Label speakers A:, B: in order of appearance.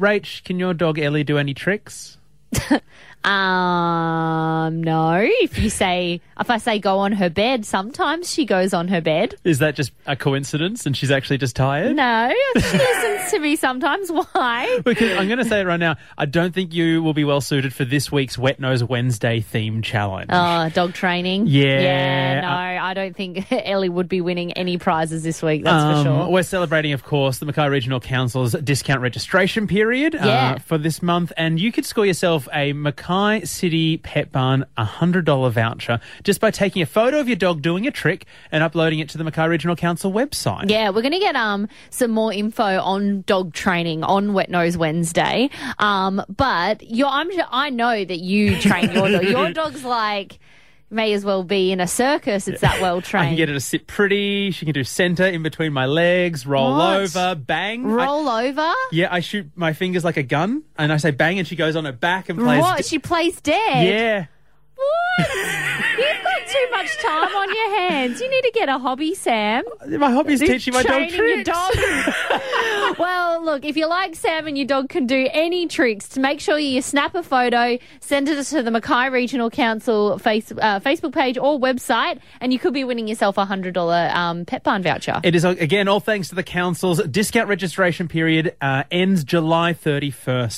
A: Rach, can your dog Ellie do any tricks?
B: Um, no. If you say, if I say go on her bed, sometimes she goes on her bed.
A: Is that just a coincidence and she's actually just tired?
B: No, she listens to me sometimes. Why?
A: Because I'm going to say it right now. I don't think you will be well suited for this week's Wet Nose Wednesday theme challenge.
B: Oh, dog training.
A: Yeah. uh,
B: Yeah, no, I don't think Ellie would be winning any prizes this week, that's for
A: Um,
B: sure.
A: We're celebrating, of course, the Mackay Regional Council's discount registration period uh,
B: Yeah.
A: for this month, and you could score yourself a Mackay City Pet Barn $100 voucher just by taking a photo of your dog doing a trick and uploading it to the Mackay Regional Council website.
B: Yeah, we're going to get um some more info on dog training on Wet Nose Wednesday. Um, but you I'm sure- I know that you train your dog. Your dog's like may as well be in a circus. It's that well
A: I can
B: trained.
A: get her to sit pretty. She can do center in between my legs, roll
B: What?
A: over, bang. I-
B: Roll over.
A: yeah, I shoot my fingers like a gun, and I say bang, and she goes on her back and plays.
B: What? She plays dead.
A: yeah.
B: What? You've got too much time on your hands. You need to get a hobby, Sam.
A: My hobby is teaching Uh, my dog
B: Training your
A: tricks.
B: dog. well, look, if you like Sam and your dog can do any tricks, to make sure you snap a photo, send it to the Mackay Regional Council face, uh, Facebook page or website, and you could be winning yourself a $100 um, pet barn voucher.
A: It is, uh, again, all thanks to the council's discount registration period uh, ends July 31st.